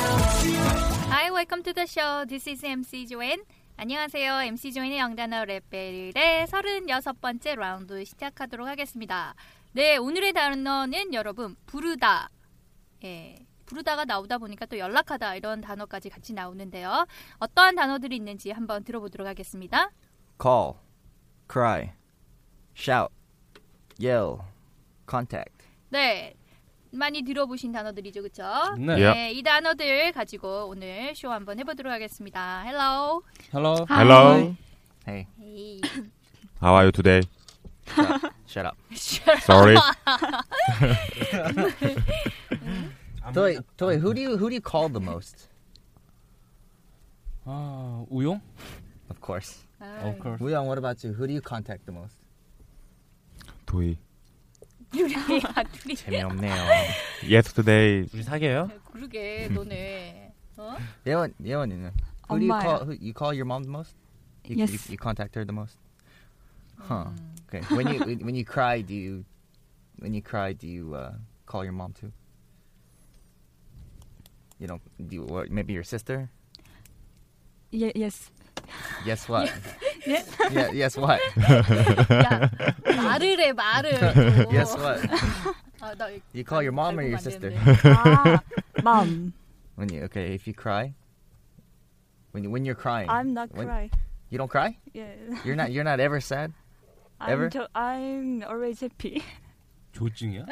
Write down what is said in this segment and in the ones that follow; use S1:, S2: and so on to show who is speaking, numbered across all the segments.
S1: Hi, welcome to the show. This is MC 조엔. 안녕하세요. MC 조엔의 영단어 랩벨의 36번째 라운드 시작하도록 하겠습니다. 네, 오늘의 단어는 여러분, 부르다. 예. 부르다가 나오다 보니까 또 연락하다 이런 단어까지 같이 나오는데요. 어떠한 단어들이 있는지 한번 들어보도록 하겠습니다.
S2: call, cry, shout, yell, contact.
S1: 네. 많이 들어보신 단어들이죠, 그쵸?
S3: 네.
S1: 네, 이 단어들 가지고 오늘 쇼 한번 해보도록 하겠습니다. Hello.
S3: Hello.
S4: Hello.
S2: Hey,
S1: Hey.
S4: How are you today?
S2: shut up.
S4: Sorry.
S2: Toy, Toy, who do you who do you call the most?
S3: 아 우용?
S2: Of course.
S1: 아,
S3: Of course.
S2: Woo Young, what about you? Who do you contact the most?
S4: 도희.
S1: 아, 둘이야, 둘이.
S2: 재미없네요.
S4: Yesterday,
S3: 우리 사귀어요?
S1: 네, 그러게 너네. 어?
S2: 예원, 예원이는 who do you
S5: 엄마예요.
S2: call? Who, you call your mom the most? You, you,
S5: Yes.
S2: you contact her the most? Huh. Okay. When you when you cry, do you when you cry do you uh, call your mom too? You know, do you, or maybe your sister?
S5: Ye- yes.
S2: Yes what? yeah, yes what?
S1: 야, 말을 해 말을. 또.
S5: Oh.
S2: Yes what?
S1: 아, 나 이거
S2: You call your mom or
S1: 발음
S2: your
S1: 안
S2: sister?
S1: 되는데.
S5: Ah, mom.
S2: When you okay, if you cry, when you, when you're crying,
S5: I'm not
S2: When-
S5: cry.
S2: you don't cry.
S5: Yeah.
S2: You're not you're not ever sad.
S5: I'm
S2: Ever?
S5: to- I'm always happy.
S3: 조증이야?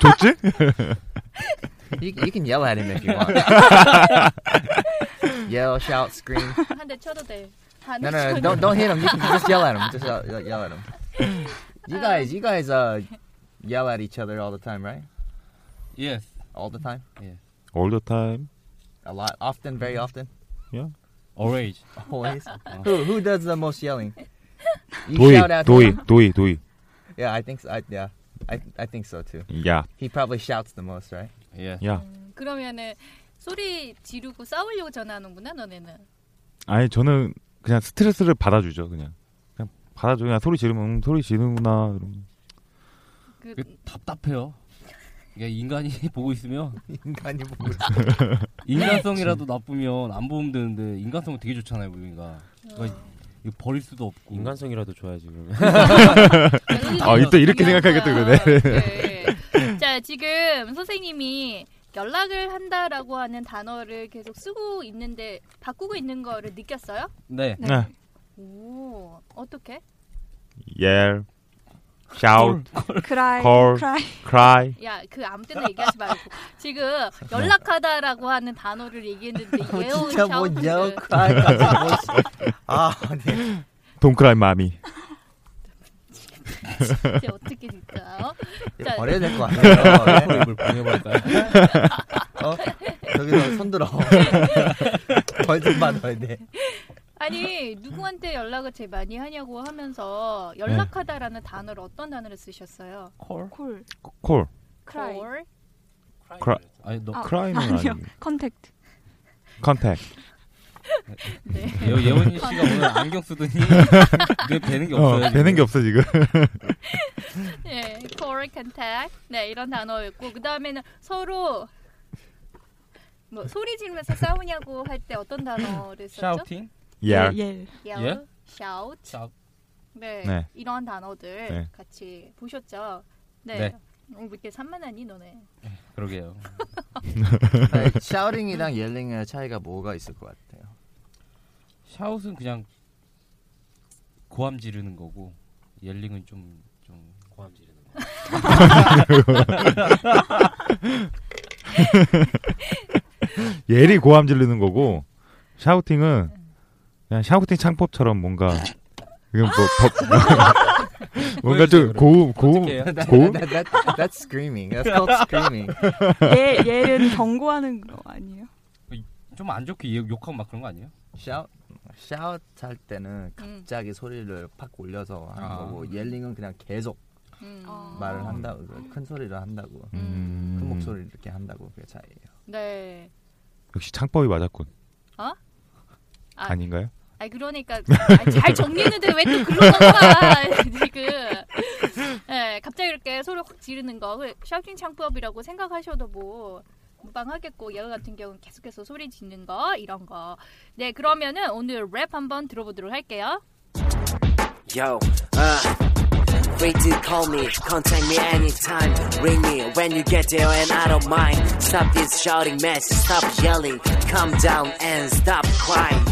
S4: 좋지?
S2: You, you can yell at him if you want. yell, shout, scream.
S1: 한대 쳐도 돼. 한대
S2: No,
S1: 쳐도
S2: no, no,
S1: 돼.
S2: don't don't hit him. You can just yell at him. Just yell, yell- yell at him. You
S5: Um,
S2: guys, you guys uh yell at each other all the time, right?
S3: Yes.
S2: All the time,
S4: All the time.
S2: a lot, often, very often,
S3: Orange.
S2: always. who who does the most yelling? You
S4: 도희,
S2: shout at
S4: 도희,
S2: him.
S4: 도희, 도희.
S2: Yeah, I think so. I, yeah, I I think so too.
S4: 야,
S2: He probably shouts the most, right?
S3: Yes.
S4: 야.
S1: 그러면은 소리 지르고 싸우려고 전화하는구나 너네는.
S4: 아니 저는 그냥 스트레스를 받아주죠, 그냥. 그냥 받아줘, 그냥 소리 지르면 음, 소리 지르구나. 이러면.
S1: 그,
S3: 그, 답답해요. 이게 인간이 보고 있으면
S2: 인간이 보고 있어.
S3: 네. 인간성이라도 나쁘면 안 보면 되는데 인간성은 되게 좋잖아요, 우리가. 그러니까 이거 버릴 수도 없고.
S6: 인간성이라도 줘야지 그러면.
S4: 아, 이때 이렇게 생각하겠다, 그러네.
S1: 네. 자, 지금 선생님이 연락을 한다라고 하는 단어를 계속 쓰고 있는데 바꾸고 있는 거를 느꼈어요?
S3: 네.
S5: 네.
S4: 네.
S1: 오, 어떻게?
S4: Yell, shout,
S5: Cry.
S4: Ah. Call.
S5: Cry.
S4: cry.
S1: 야, 그 아무 때나 얘기하지 말고 지금 연락하다라고 하는 단어를 얘기했는데 예언
S2: 진짜 뭐
S1: 샤오트
S2: yell cry 같은 거. 아, 네.
S4: Don't cry, mommy.
S1: 이제 어떻게 될까요? 자,
S2: 버려야 될 것 같아요. 어, 네.
S3: 이걸 보내버릴까요?
S2: 어, 저기서 손 들어. 벌좀 받아야 돼.
S1: 아니 누구한테 연락을 제일 많이 하냐고 하면서
S2: 네.
S1: 연락하다라는 단어를 어떤 단어를 쓰셨어요?
S3: 콜?
S5: Cool.
S4: Call,
S5: Cry.
S1: Or
S4: cry,
S3: 아니 너
S5: 아,
S4: cry는
S5: 아니요.
S4: 아니고.
S5: Contact.
S4: Contact.
S2: 네.
S1: 네.
S3: 예, 예원이 씨가 오늘 안경 쓰더니 눈에 뵈는 게
S4: 음. 어,
S3: 없어요.
S4: 되는 게 없어 지금.
S1: 네, call contact 네 이런 단어였고 그 다음에는 서로 뭐 소리 지르면서 싸우냐고 할 때 어떤 단어를 썼죠?
S3: 샤우팅?
S5: 예.
S4: Yell,
S5: Yeah.
S1: Yell,
S3: 예?
S1: shout,
S3: 샤우.
S1: 네,
S4: 네.
S1: 이런 단어들
S4: 네.
S1: 같이 보셨죠? 네.
S3: 네.
S1: 어, 왜 이렇게 산만하니 너네?
S3: 그러게요.
S2: 아니, 샤우링이랑 옐링의 차이가 뭐가 있을 것 같아요?
S3: 샤웃은 그냥 고함 지르는 거고 옐링은 좀 좀 고함 지르는 거.
S4: 예리 고함 지르는 거고 샤우팅은 그냥 샤우팅 창법처럼 뭔가 이건 뭐 법- 뭔가 좀 고음 고음
S3: 어떡해요?
S2: That-
S4: 고음
S2: that- that- that- that's screaming. That's called screaming.
S5: 얘 얘는 예, 경고하는 거 아니에요?
S3: 좀 안 좋게 예, 욕- 욕하고 막 그런 거 아니에요?
S2: Shout, shout 할
S1: 음,
S2: 때는 갑자기 소리를 팍 올려서 하는
S3: 아.
S2: 거고 옐링은 그냥 계속
S1: 음.
S2: 말을 한다고 큰 소리를 한다고
S4: 음,
S3: 그
S2: 큰그 목소리 이렇게 한다고 그게 차이예요.
S1: 네.
S4: 역시 창법이 맞았군
S1: 어? 아.
S4: 아, 닌가요
S1: 아 그러니까 아, 잘 정리했는데 왜 또 글로 넘어가 지금? 네, 갑자기 이렇게 소리 확 지르는 거 그 샤우팅 창법이라고 생각하셔도 뭐 무방하겠고 얘 같은 경우는 계속해서 소리 짓는 거 이런 거. 네 그러면은 오늘 랩 한번 들어보도록 할게요.
S6: Yo, uh, free to call me, contact me anytime. Ring me when you get there, and I don't mind. Stop this shouting match, stop yelling, calm down and stop crying.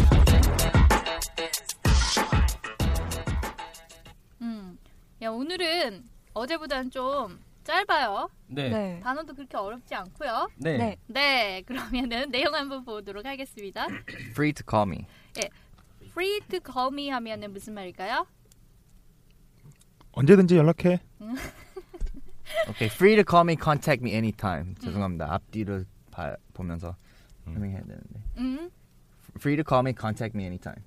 S1: 음, 야 오늘은 어제보다는 좀 짧아요.
S4: 예.
S3: 네. 네.
S5: 네.
S1: 단어도 그렇게 어렵지 않고요.
S3: 네.
S5: 네.
S1: 네 그러면은 내용 한번 보도록 하겠습니다.
S2: Free to call me.
S1: Free to call me 하면은 무슨 말일까요?
S4: 언제든지 연락해
S2: Okay, free to call me. Contact me
S1: 음.
S2: anytime. 죄송합니다. 앞뒤를 봐, 보면서
S4: 음.
S2: 설명해야 되는데.
S1: 음.
S2: Free to call me. Contact me anytime.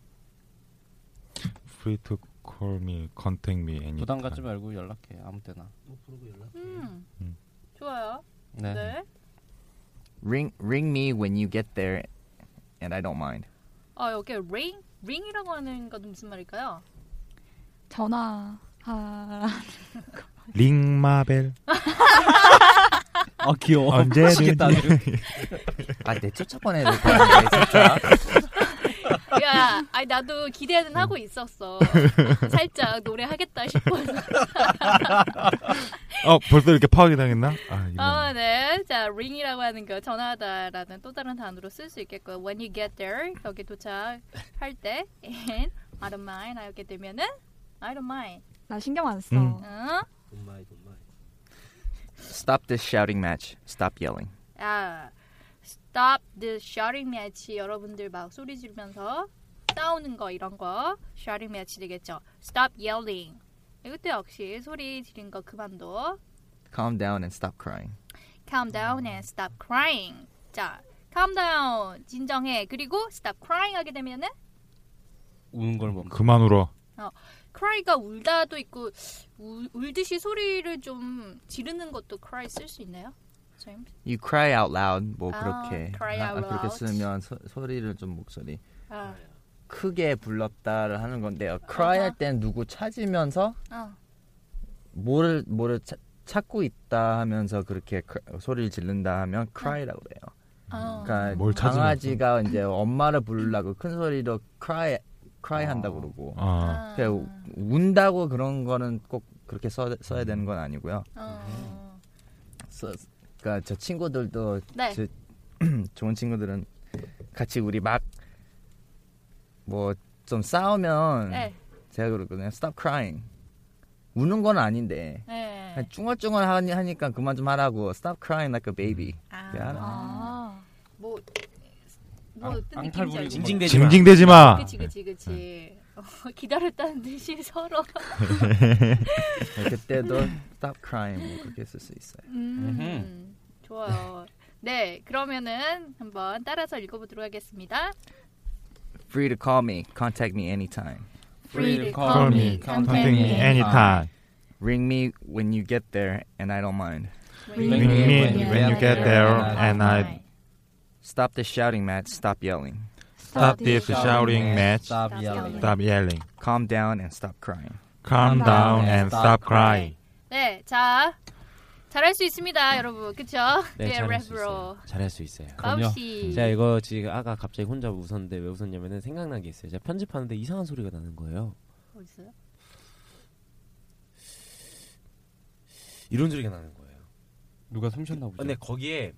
S4: free to call me contact me anytime
S3: 부담 갖지 말고 연락해 아무 때나.
S1: 음.
S4: 음.
S1: 좋아요.
S3: 네.
S1: 네.
S2: Ring ring me when you get there, and I don't mind.
S1: 아 여기 ring ring이라고 하는 건 무슨 말일까요?
S5: 전화. 아,
S4: 링마벨
S3: 아 귀여워.
S4: 언제든지
S3: 미치겠다, 아주.
S2: 아, 내 쫓아보내야 될것 같은데 진짜.
S1: 야, 아니 나도 기대는 하고 있었어. 살짝 노래 하겠다 싶어서.
S4: 어 벌써 이렇게 파악이 당했나 아 이거
S1: 어, 네. 자, ring이라고 하는 거 전화하다라는 또 다른 단어로 쓸 수 있겠고, when you get there 여기 도착할 때, and I don't mind 이렇게 되면은 I don't mind.
S5: 나 신경 안 써.
S4: 음.
S1: 응?
S2: Stop this shouting match. Stop yelling.
S1: 아, stop the shouting match. 여러분들 막 소리 지르면서 싸우는 거 이런 거 shouting match 되겠죠. stop yelling. 이것도 역시 소리 지른 거 그만둬.
S2: Calm down and stop crying.
S1: calm down and stop crying. 자, calm down. 진정해. 그리고 stop crying 하게 되면은
S3: 우는 걸 뭐. 멈.
S4: 그만 울어
S1: cry가 울다도 있고 울, 울듯이 소리를 좀 지르는 것도 cry 쓸 수 있나요? 선생님?
S2: You cry out loud. 뭐
S1: 아,
S2: 그렇게
S1: cry
S2: 하-
S1: out
S2: 그렇게
S1: loud.
S2: 쓰면 소, 소리를 좀 목소리
S1: 아,
S2: 크게 불렀다를 하는 건데요. Cry
S1: 아하.
S2: 할 땐 누구 찾으면서
S1: 어.
S2: 뭐를 뭐를 찾- 찾고 있다 하면서 그렇게 cr- 소리를 지른다 하면 cry라고 그래요.
S1: 어.
S2: 그러니까
S4: 음. 뭘 찾으면서?
S2: 강아지가 이제 엄마를 부르려고 큰 소리로 cry cry 한다고 그러고
S4: 아
S1: 아,
S2: 그러니까 우- 운다고 그런 거는 꼭 그렇게 써, 써야 되는 건 아니고요.
S1: 어.
S2: 써, 그러니까 저 친구들도
S1: 네.
S2: 저- 좋은 친구들은 같이 우리 막 뭐 좀 싸우면
S1: 네.
S2: 제가 그러거든요. Stop crying. 우는 건 아닌데
S1: 네.
S2: 그냥 쭝얼쭝얼 하니- 하니까 그만 좀 하라고. Stop crying like a baby.
S1: 아.
S2: 미안해.
S5: 아.
S1: 뭐, 뭐
S3: 앙- 앙탈
S1: 어떤 느낌인지
S3: 부리고
S1: 알죠? 아,
S3: 징징대-
S4: 징징대지 마
S1: 그치 그치 그치. 어, 기다렸다는 듯이 서로.
S2: 네, 그때도 stop crying 뭐 그렇게 쓸 수 있어요.
S1: 음, 좋아요. 네, 그러면은 한번 따라서 읽어보도록 하겠습니다.
S2: Free to call me. Contact me anytime.
S1: Free to
S4: call me contact me anytime
S2: Ring me when you get there and I don't mind.
S4: ring me when you get there and I
S2: Stop the shouting, Matt. Stop yelling.
S4: Stop this shouting match.
S3: Stop yelling.
S4: stop yelling
S2: Calm down and stop crying.
S4: calm down and stop crying
S1: 네, 자 잘할 수 있습니다, 여러분. 그쵸? 예,
S7: 네, 잘할 수
S1: 랩으로.
S7: 있어요. 잘할 수 있어요.
S3: 그럼요.
S1: 마우씨.
S7: 제가 이거 지금 아까 갑자기 혼자 웃었는데 왜 웃었냐면은 생각난 게 있어요. 제가 편집하는데 이상한 소리가 나는 거예요.
S1: 어딨어요?
S7: 이런 소리가 나는 거예요.
S3: 누가 숨쉬었나 보죠.
S7: 근데 거기에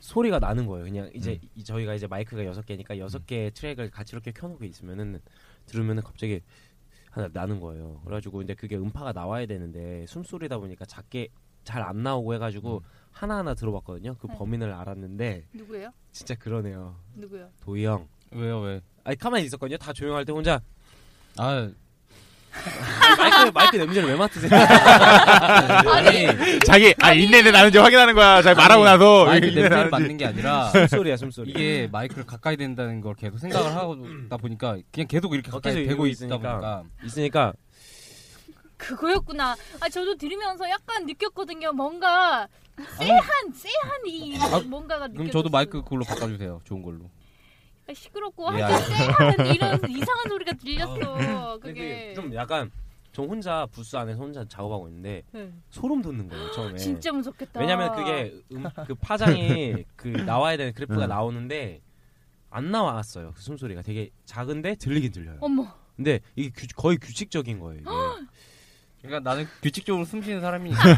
S7: 소리가 나는 거예요. 그냥 이제 이- 저희가 이제 마이크가 여섯 개니까 여섯 개 트랙을 같이 이렇게 켜놓고 있으면은 들으면은 갑자기 하나 나는 거예요. 그래가지고 근데 그게 음파가 나와야 되는데 숨소리다 보니까 작게 잘 안 나오고 해가지고 하나 하나 들어봤거든요. 그
S1: 네.
S7: 범인을 알았는데
S1: 누구예요?
S7: 진짜 그러네요.
S1: 누구요?
S7: 도희 형.
S3: 왜요 왜?
S7: 아니 가만히 있었거든요. 다 조용할 때 혼자.
S3: 아
S7: 마이크 마이크 냄새를 왜 맡으세요?
S4: 자기 아 인내는 나는지 확인하는 거야. 자기 말하고
S3: 아니,
S4: 나서
S3: 마이크
S4: 인내
S3: 냄새를
S4: 나는지.
S3: 맡는 게 아니라
S7: 숨소리야, 숨소리.
S3: 이게 마이크를 가까이 댄다는 걸 계속 생각을 하다 보니까 그냥 계속 이렇게 가까이
S7: 계속
S3: 대고
S7: 이러고
S3: 있다 보니까
S7: 있으니까
S1: 그거였구나. 아 저도 들으면서 약간 느꼈거든요. 뭔가 쎄한 쎄한 이
S3: 아,
S1: 뭔가가
S3: 그럼
S1: 느껴.
S3: 저도 마이크 그걸로 바꿔주세요. 좋은 걸로.
S1: 시끄럽고
S3: 예,
S1: 하여튼 쎄한 이런 이상한 소리가 들렸어.
S7: 근데
S1: 그게
S7: 좀 약간 저 혼자 부스 안에서 혼자 작업하고 있는데
S1: 네.
S7: 소름 돋는 거예요 처음에.
S1: 진짜 무섭겠다.
S7: 네. 아. 왜냐면 그게 음, 그 파장이 그 나와야 되는 그래프가
S3: 음.
S7: 나오는데 안 나왔어요. 그 숨소리가 되게 작은데 들리긴 들려요.
S1: 어머.
S7: 근데 이게 규- 거의 규칙적인 거예요. 이게.
S3: 그러니까 나는 규칙적으로 숨쉬는 사람이니까.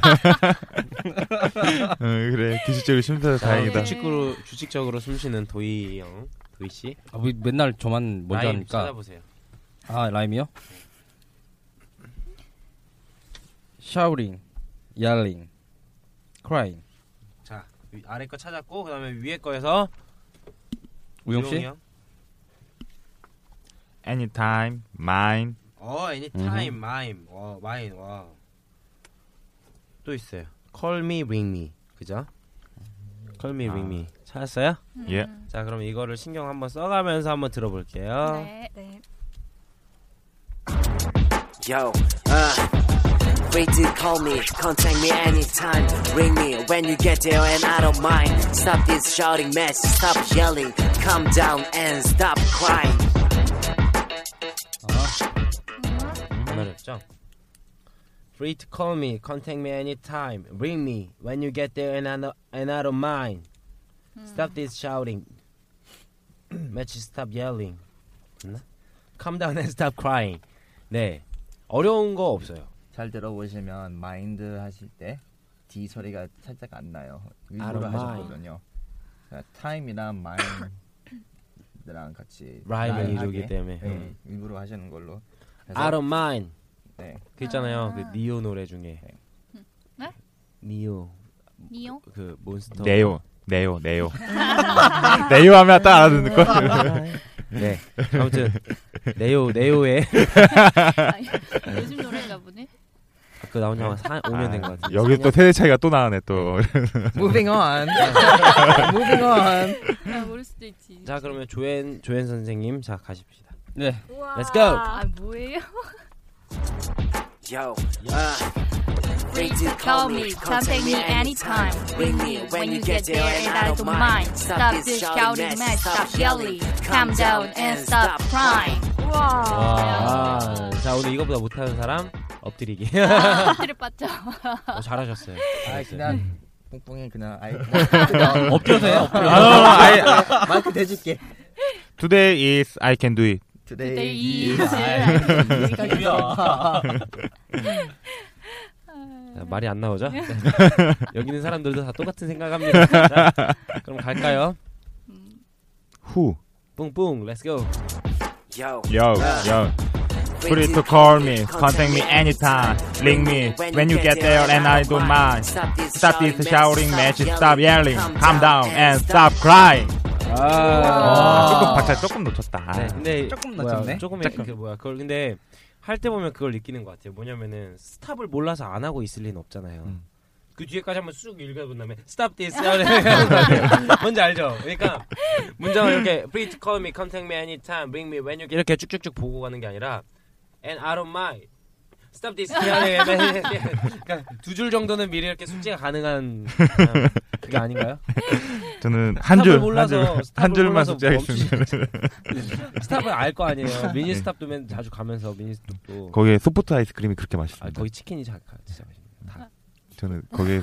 S4: 어, 그래 규칙적으로 심사해서
S7: 아,
S4: 다행이다.
S7: 규칙으로 규칙적으로 숨쉬는 도희 형, 도희 씨.
S3: 아, 왜 맨날 저만 먼저
S7: 라임
S3: 합니까?
S7: 찾아보세요.
S3: 아 라임이요? Shouting, yelling, crying.
S7: 자 위- 아래 거 찾았고 그다음에 위에 거에서
S3: 우영 씨?
S7: 형.
S4: Anytime, mine.
S7: 어, anytime, mime. 와, mine. 와. 또 있어요. Call me, ring me. 그죠? Call me, ring me. 찾았어요?
S4: 예.
S7: 자, 그럼 이거를 신경 한번 써가면서 한번 들어볼게요.
S1: 네.
S6: Yo, uh, free to call me, contact me anytime. Ring me when you get there, and I don't mind. Stop this shouting mess, stop yelling, calm down and stop crying.
S1: 네.
S7: 안 어렵죠? Free to call me, contact me anytime. Ring me when you get there, and I, no- and I don't mind.
S1: 음.
S7: Stop this shouting. Match stop yelling. 됐나? Calm down and stop crying. 네, 어려운 거 없어요.
S2: 잘 들어보시면 마인드 하실 때 D 소리가 살짝 안 나요.
S7: Out
S2: 일부러
S7: of mind.
S2: 하셨거든요. 그러니까 타임이랑 마인드랑 같이
S7: 라임을
S2: 라임하게,
S7: 이루기 때문에.
S2: 네,
S7: 음.
S2: 일부러 하시는 걸로. 그래서
S7: Out of mind.
S2: 네.
S7: 그 있잖아요.
S1: 아.
S7: 그 니오 노래 중에. 그
S1: 네?
S7: 니오.
S1: 니요?
S7: 그 몬스터.
S4: 네요, 네요, 네요. 네요 하면 딱 알아듣는 걸.
S7: 네. 아무튼 네오 네오의
S1: 아, 요즘 노래인가 보네.
S7: 그 나온 지 아마 5년 된 것 같아요.
S4: 여기 또 세대 차이가 또 나네 또.
S2: Moving on. Moving on.
S1: 아, 모를 수도 있지.
S7: 자 그러면 조엔 조엔 선생님 자 가십시다.
S3: 네.
S7: Let's go.
S1: 아 뭐예요?
S6: Yo, uh, free to call me, contact me anytime. Ring me when you get there, and I don't mind. Stop this shouting mess, stop yelling, calm down and stop crying.
S7: 와. 아, 자 오늘 이거보다 못하는 사람 엎드리기.
S1: 들을 봤죠.
S7: 어, 잘하셨어요.
S4: 네,
S2: 아
S7: 잘했어요.
S2: 그냥 뿡뿡이 그냥 아이 어,
S3: 엎드려서 해요, 엎드려.
S2: 아 마이크 대줄게.
S4: Today is I can do it.
S1: 네,
S2: Today.
S1: 이
S7: 자, 말이 안 나오죠? 네. 여기 있는 사람들도 다 똑같은 생각합니다. 자, 그럼 갈까요?
S4: Who?
S7: 뿡뿡 렛츠 고.
S6: Yo,
S4: Yo, yo. Free to call me, contact me anytime. Ring me when you get there, and I don't mind. Stop this shouting match, stop yelling, calm down and stop crying.
S2: 아,
S3: 아,
S4: 조금 박자 조금 놓쳤다.
S7: 네, 근데
S2: 조금
S7: 뭐야,
S2: 낮췄네?
S7: 조금 그 뭐야 그걸 근데 할 때 보면 그걸 느끼는 것 같아요. 뭐냐면은 스탑을 몰라서 안 하고 있을 리는 없잖아요. 그 뒤에까지 한번 쑥 읽어본 다음에 스탑 디스 뭔지 알죠? 그러니까 문장을 이렇게 free to call me, contact me anytime, bring me when you 이렇게 쭉쭉쭉 보고 가는 게 아니라 and I don't mind. 스탑 디스 그러니까 두 줄 정도는 미리 이렇게 숙제가 가능한 그냥 그게 아닌가요?
S4: 저는 한 줄,
S7: 스탑을 몰라서,
S4: 한 줄, 한
S7: 스탑을
S4: 줄만
S7: 몰라서
S4: 숙제하겠습니다.
S7: 스탑은 알 거 아니에요. 미니 스탑도 자주 가면서 미니 스탑도
S4: 거기에 소프트 아이스크림이 그렇게
S7: 아,
S4: 맛있습니다.
S7: 거기 치킨이 자, 가- 진짜 맛있네요.
S4: 저는 거기에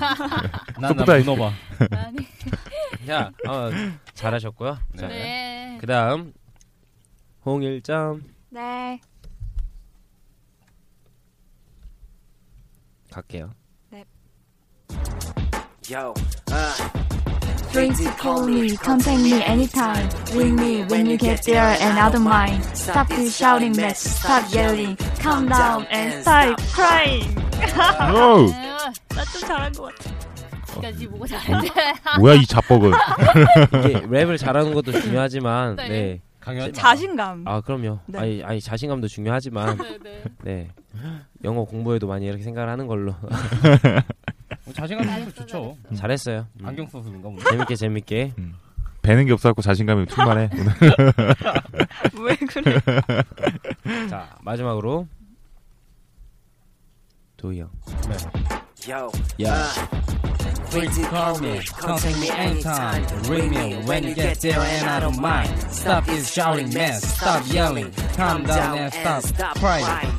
S3: 난나
S4: 소프트아이.
S3: 문어봐.
S1: 아니.
S7: 자, 어, 잘하셨고요. 자,
S1: 네.
S7: 그다음 홍일점
S5: 네.
S7: 갈게요.
S5: 네.
S6: Yo,
S7: 아.
S6: uh.
S5: Free to call me, contact me anytime. Ring me when you get there and out of mind. Stop this shouting match, stop yelling, calm down and stop crying.
S4: No.
S5: 나좀 잘한 것 같아.
S1: 네. 아, 여기까지 보고 잘한데.
S7: 어.
S4: 뭐야 이 자뻑은.
S7: 이게 랩을 잘하는 것도 중요하지만
S1: 네.
S7: 네.
S3: 강요하지
S5: 자신감.
S7: 아 그럼요.
S5: 네.
S7: 아니, 아니 자신감도 중요하지만 네 영어 공부에도 많이 이렇게 생각을 하는 걸로
S3: 어, 자신감 있으면 좋죠.
S7: 잘했어요. 음.
S3: 안경 써서 그런가 보네.
S7: 재밌게 재밌게
S4: 배는 게 없어갖고 자신감이 충만해. 오늘.
S5: 왜 그래?
S7: 자 마지막으로 도희 형. 네.
S6: Yo,
S7: 야.
S6: free to call
S3: 음,
S6: me, contact me anytime. Ring me when you get there and I don't mind. Stop this shouting mess, stop yelling, calm down and stop crying.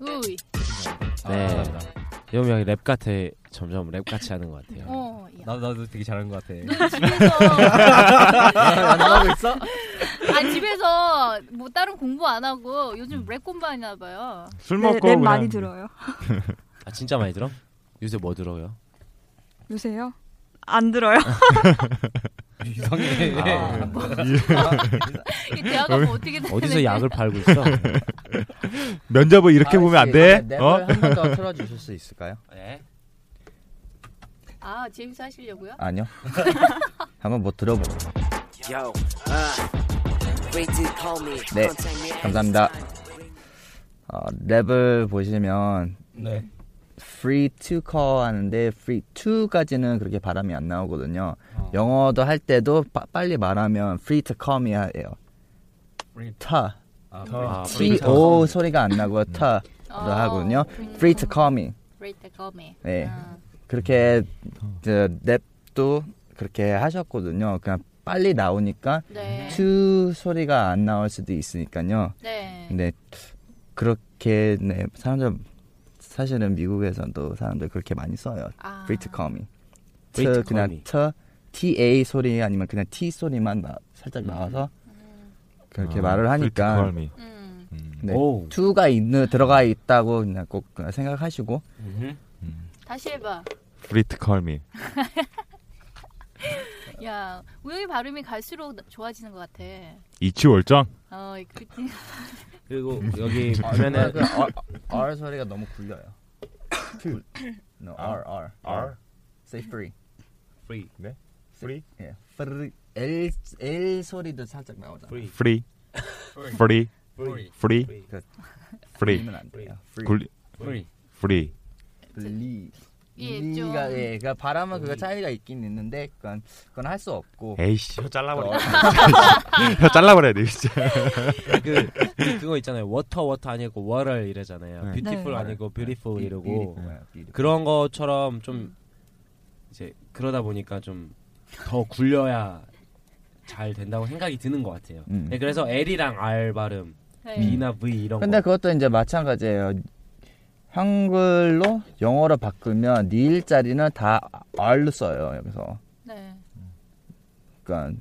S1: 우이.
S7: 네.
S3: 아, 감사합니다.
S7: 여우 형이 랩 같아 점점 랩 같이 하는 것 같아요.
S1: 어. 야.
S3: 나도 나도 되게 잘하는 것 같아.
S1: 너 집에서
S3: 안 하고 있어?
S1: 아 집에서 뭐 다른 공부 안 하고 요즘 랩 공부하나 봐요.
S4: 술
S5: 네,
S4: 먹고
S5: 랩
S4: 그냥
S5: 많이 들어요.
S7: 아 진짜 많이 들어? 요새 뭐 들어요?
S5: 요새요? 안 들어요.
S3: 이상해.
S7: 아.
S1: 이 대화가 뭐 어떻게 되는
S2: 네.
S7: 어디서 약을 팔고 있어?
S4: 면접을
S2: 아,
S4: 이렇게 보면 안 돼. 어?
S2: 네, 한번더 틀어주실 수 있을까요?
S7: 네.
S1: 아 재밌어 하시려고요?
S2: 아니요. 한번 뭐 들어보고.
S6: Yo, uh, free to call me,
S2: 네,
S6: contact me
S2: 감사합니다. 어, 랩을 보시면
S3: 네.
S2: free to call 하는데 free to까지는 그렇게 발음이 안 나오거든요.
S3: 어.
S2: 영어도 할 때도 빠- 빨리 말하면 free to call me 해요.
S3: Free
S2: 타
S3: 아,
S7: 아,
S2: T O 소리가 안
S7: 음.
S2: 나고요. 타로 하거든요. free to call me.
S1: Great 거미.
S2: 네.
S1: 아,
S2: 그렇게 저 랩도 그렇게 하셨거든요. 그냥 빨리 나오니까
S1: 네.
S2: 음. to 소리가 안 나올 수도 있으니까요.
S1: 네.
S2: 근데 그렇게 네, 사람들 사실은 미국에서도 사람들 그렇게 많이 써요.
S1: 아.
S2: free to call me.
S7: Free to
S2: 트
S7: call
S2: 그냥
S7: me.
S2: 트 T A 소리 아니면 그냥 T 소리만 나, 살짝 나와서 그렇게
S4: 아,
S2: 말을
S4: critical
S2: 하니까
S4: me.
S1: 음.
S4: 음.
S2: 네,
S7: 오.
S2: to가 있는 들어가 있다고 그냥 꼭 그냥 생각하시고
S6: 음.
S1: 다시 해봐.
S4: critical me.
S1: 야 우영이 발음이 갈수록 나- 좋아지는 것 같아.
S4: 이치월장.
S1: 어, 그,
S7: 그리고 여기 보면은
S2: 네. R, R 소리가 너무 굴려요. no R R R say free
S7: free
S4: Free.
S2: 예 free L L 소리도 살짝 나오잖아.
S7: free
S4: Free. Free.
S7: free
S4: Free.
S2: 그-
S4: Free.
S2: 굴리면 안 돼요. free
S4: 굴리.
S3: 프리.
S4: Free.
S2: 리
S1: 예,
S2: 리가
S1: 좀.
S2: 예 그러니까 바람은 그거 차이가 있긴 있는데 그건 그건 할 수 없고
S4: 에이씨 혀 잘라버려.
S2: 어,
S4: 혀 잘라버려야 돼 진짜.
S7: 그 그거 있잖아요. 워터 워터 아니고 워럴 이러잖아요.
S4: 네.
S7: 뷰티풀
S5: 네.
S7: 아니고 뷰티풀 이러고
S2: beautiful, 예, beautiful.
S7: 그런 것처럼 좀 이제 그러다 보니까 좀 더 굴려야 잘 된다고 생각이 드는 것 같아요.
S2: 음.
S7: 네, 그래서 L이랑 R 발음,
S1: 네.
S7: B나 V 이런
S2: 근데
S7: 거.
S2: 그것도 이제 마찬가지예요. 한글로 영어로 바꾸면 니 일자리는 다 R로 써요. 여기서.
S1: 네.
S2: 그러니까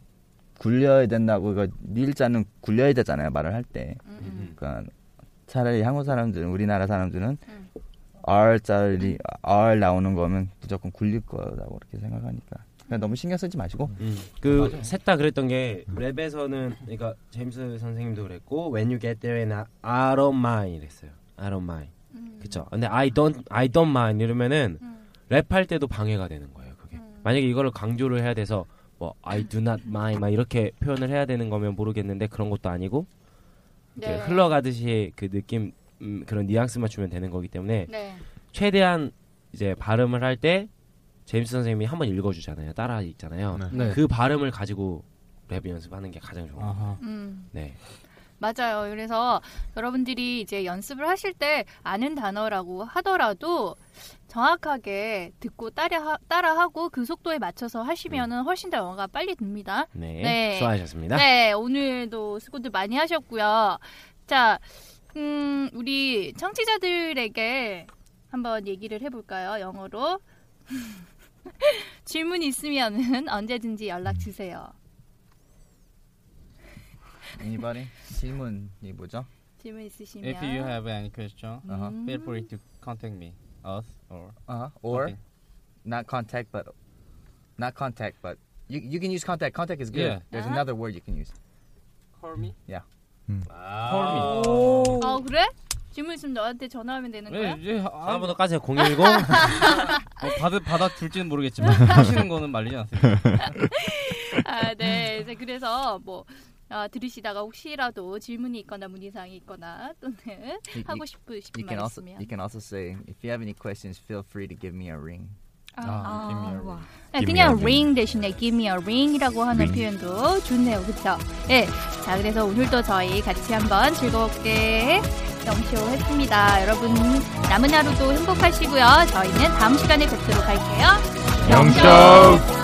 S2: 굴려야 된다고 그러니까 니 일자는 굴려야 되잖아요. 말을 할 때.
S1: 음,
S2: 그러니까 차라리 한국 사람들은 우리나라 사람들은
S1: 음.
S2: R자리 R 나오는 거면 무조건 굴릴 거라고 그렇게 생각하니까. 그냥 너무 신경 쓰지 마시고.
S7: 그 셋 다 그랬던 게 랩에서는 그러니까 제임스 선생님도 그랬고 When you get there and I don't mind 이랬어요. I don't mind.
S1: 음.
S7: 그쵸. 근데 I don't I don't mind 이러면은
S1: 음.
S7: 랩할 때도 방해가 되는 거예요. 그게 만약에 이거를 강조를 해야 돼서 뭐 I do not mind 막 이렇게 표현을 해야 되는 거면 모르겠는데 그런 것도 아니고 이렇게
S1: 네.
S7: 흘러가듯이 그 느낌 음, 그런 뉘앙스만 주면 되는 거기 때문에
S1: 네.
S7: 최대한 이제 발음을 할 때 제임스 선생님이 한번 읽어주잖아요. 따라 읽잖아요.
S3: 네.
S7: 그 발음을 가지고 랩 연습하는 게 가장 좋은 거예요.
S3: 아하.
S1: 음.
S7: 네.
S1: 맞아요. 그래서 여러분들이 이제 연습을 하실 때 아는 단어라고 하더라도 정확하게 듣고 따라 따라하고 그 속도에 맞춰서 하시면은 훨씬 더 영어가 빨리 됩니다.
S7: 네.
S1: 네.
S7: 수고하셨습니다.
S1: 네, 오늘도 수고들 많이 하셨고요. 자, 음, 우리 청취자들에게 한번 얘기를 해볼까요? 영어로 질문 있으면은 언제든지 연락 주세요.
S2: Anybody? 질문이 뭐죠?
S1: 질문 있으시면.
S3: If 음.
S6: 음.
S3: you have any question, uh,
S2: 아하.
S3: feel free to contact me, us or
S2: 아, or
S3: something.
S2: not contact, but not contact, but you you can use contact. Contact is good.
S3: Yeah.
S2: There's
S1: Uh-huh.
S2: another word you can use.
S7: Call me?
S3: 음.
S2: Yeah.
S7: 아.
S1: 아 그래? 질문 있으면 너한테 전화하면 되는 거야?
S3: 예, 예, 아,
S7: 전화번호 까세요. 010.
S3: 뭐 받아 받아 줄지는 모르겠지만 하시는 거는 말리지 않습니다.
S1: 아, 네. 이제 그래서 뭐 아, 들으시다가 혹시라도 질문이 있거나 문의사항이 있거나 또는
S2: You,
S1: 하고
S2: you-
S1: 싶으
S2: you
S1: 싶은
S2: can
S1: 말
S2: also
S1: 있으면
S2: you can also say if you have any questions, feel free to give me a ring.
S3: 啊
S1: 아,
S8: 와.
S1: 네,
S4: Give me
S1: 그냥
S4: a
S1: ring 대신에 give me a ring이라고 하는 표현도 좋네요. 그렇죠? 예. 자, 그래서 오늘도 저희 같이 한번 즐겁게 영쇼 했습니다. 여러분 남은 하루도 행복하시고요. 저희는 다음 시간에 뵙도록 할게요.
S4: 영쇼!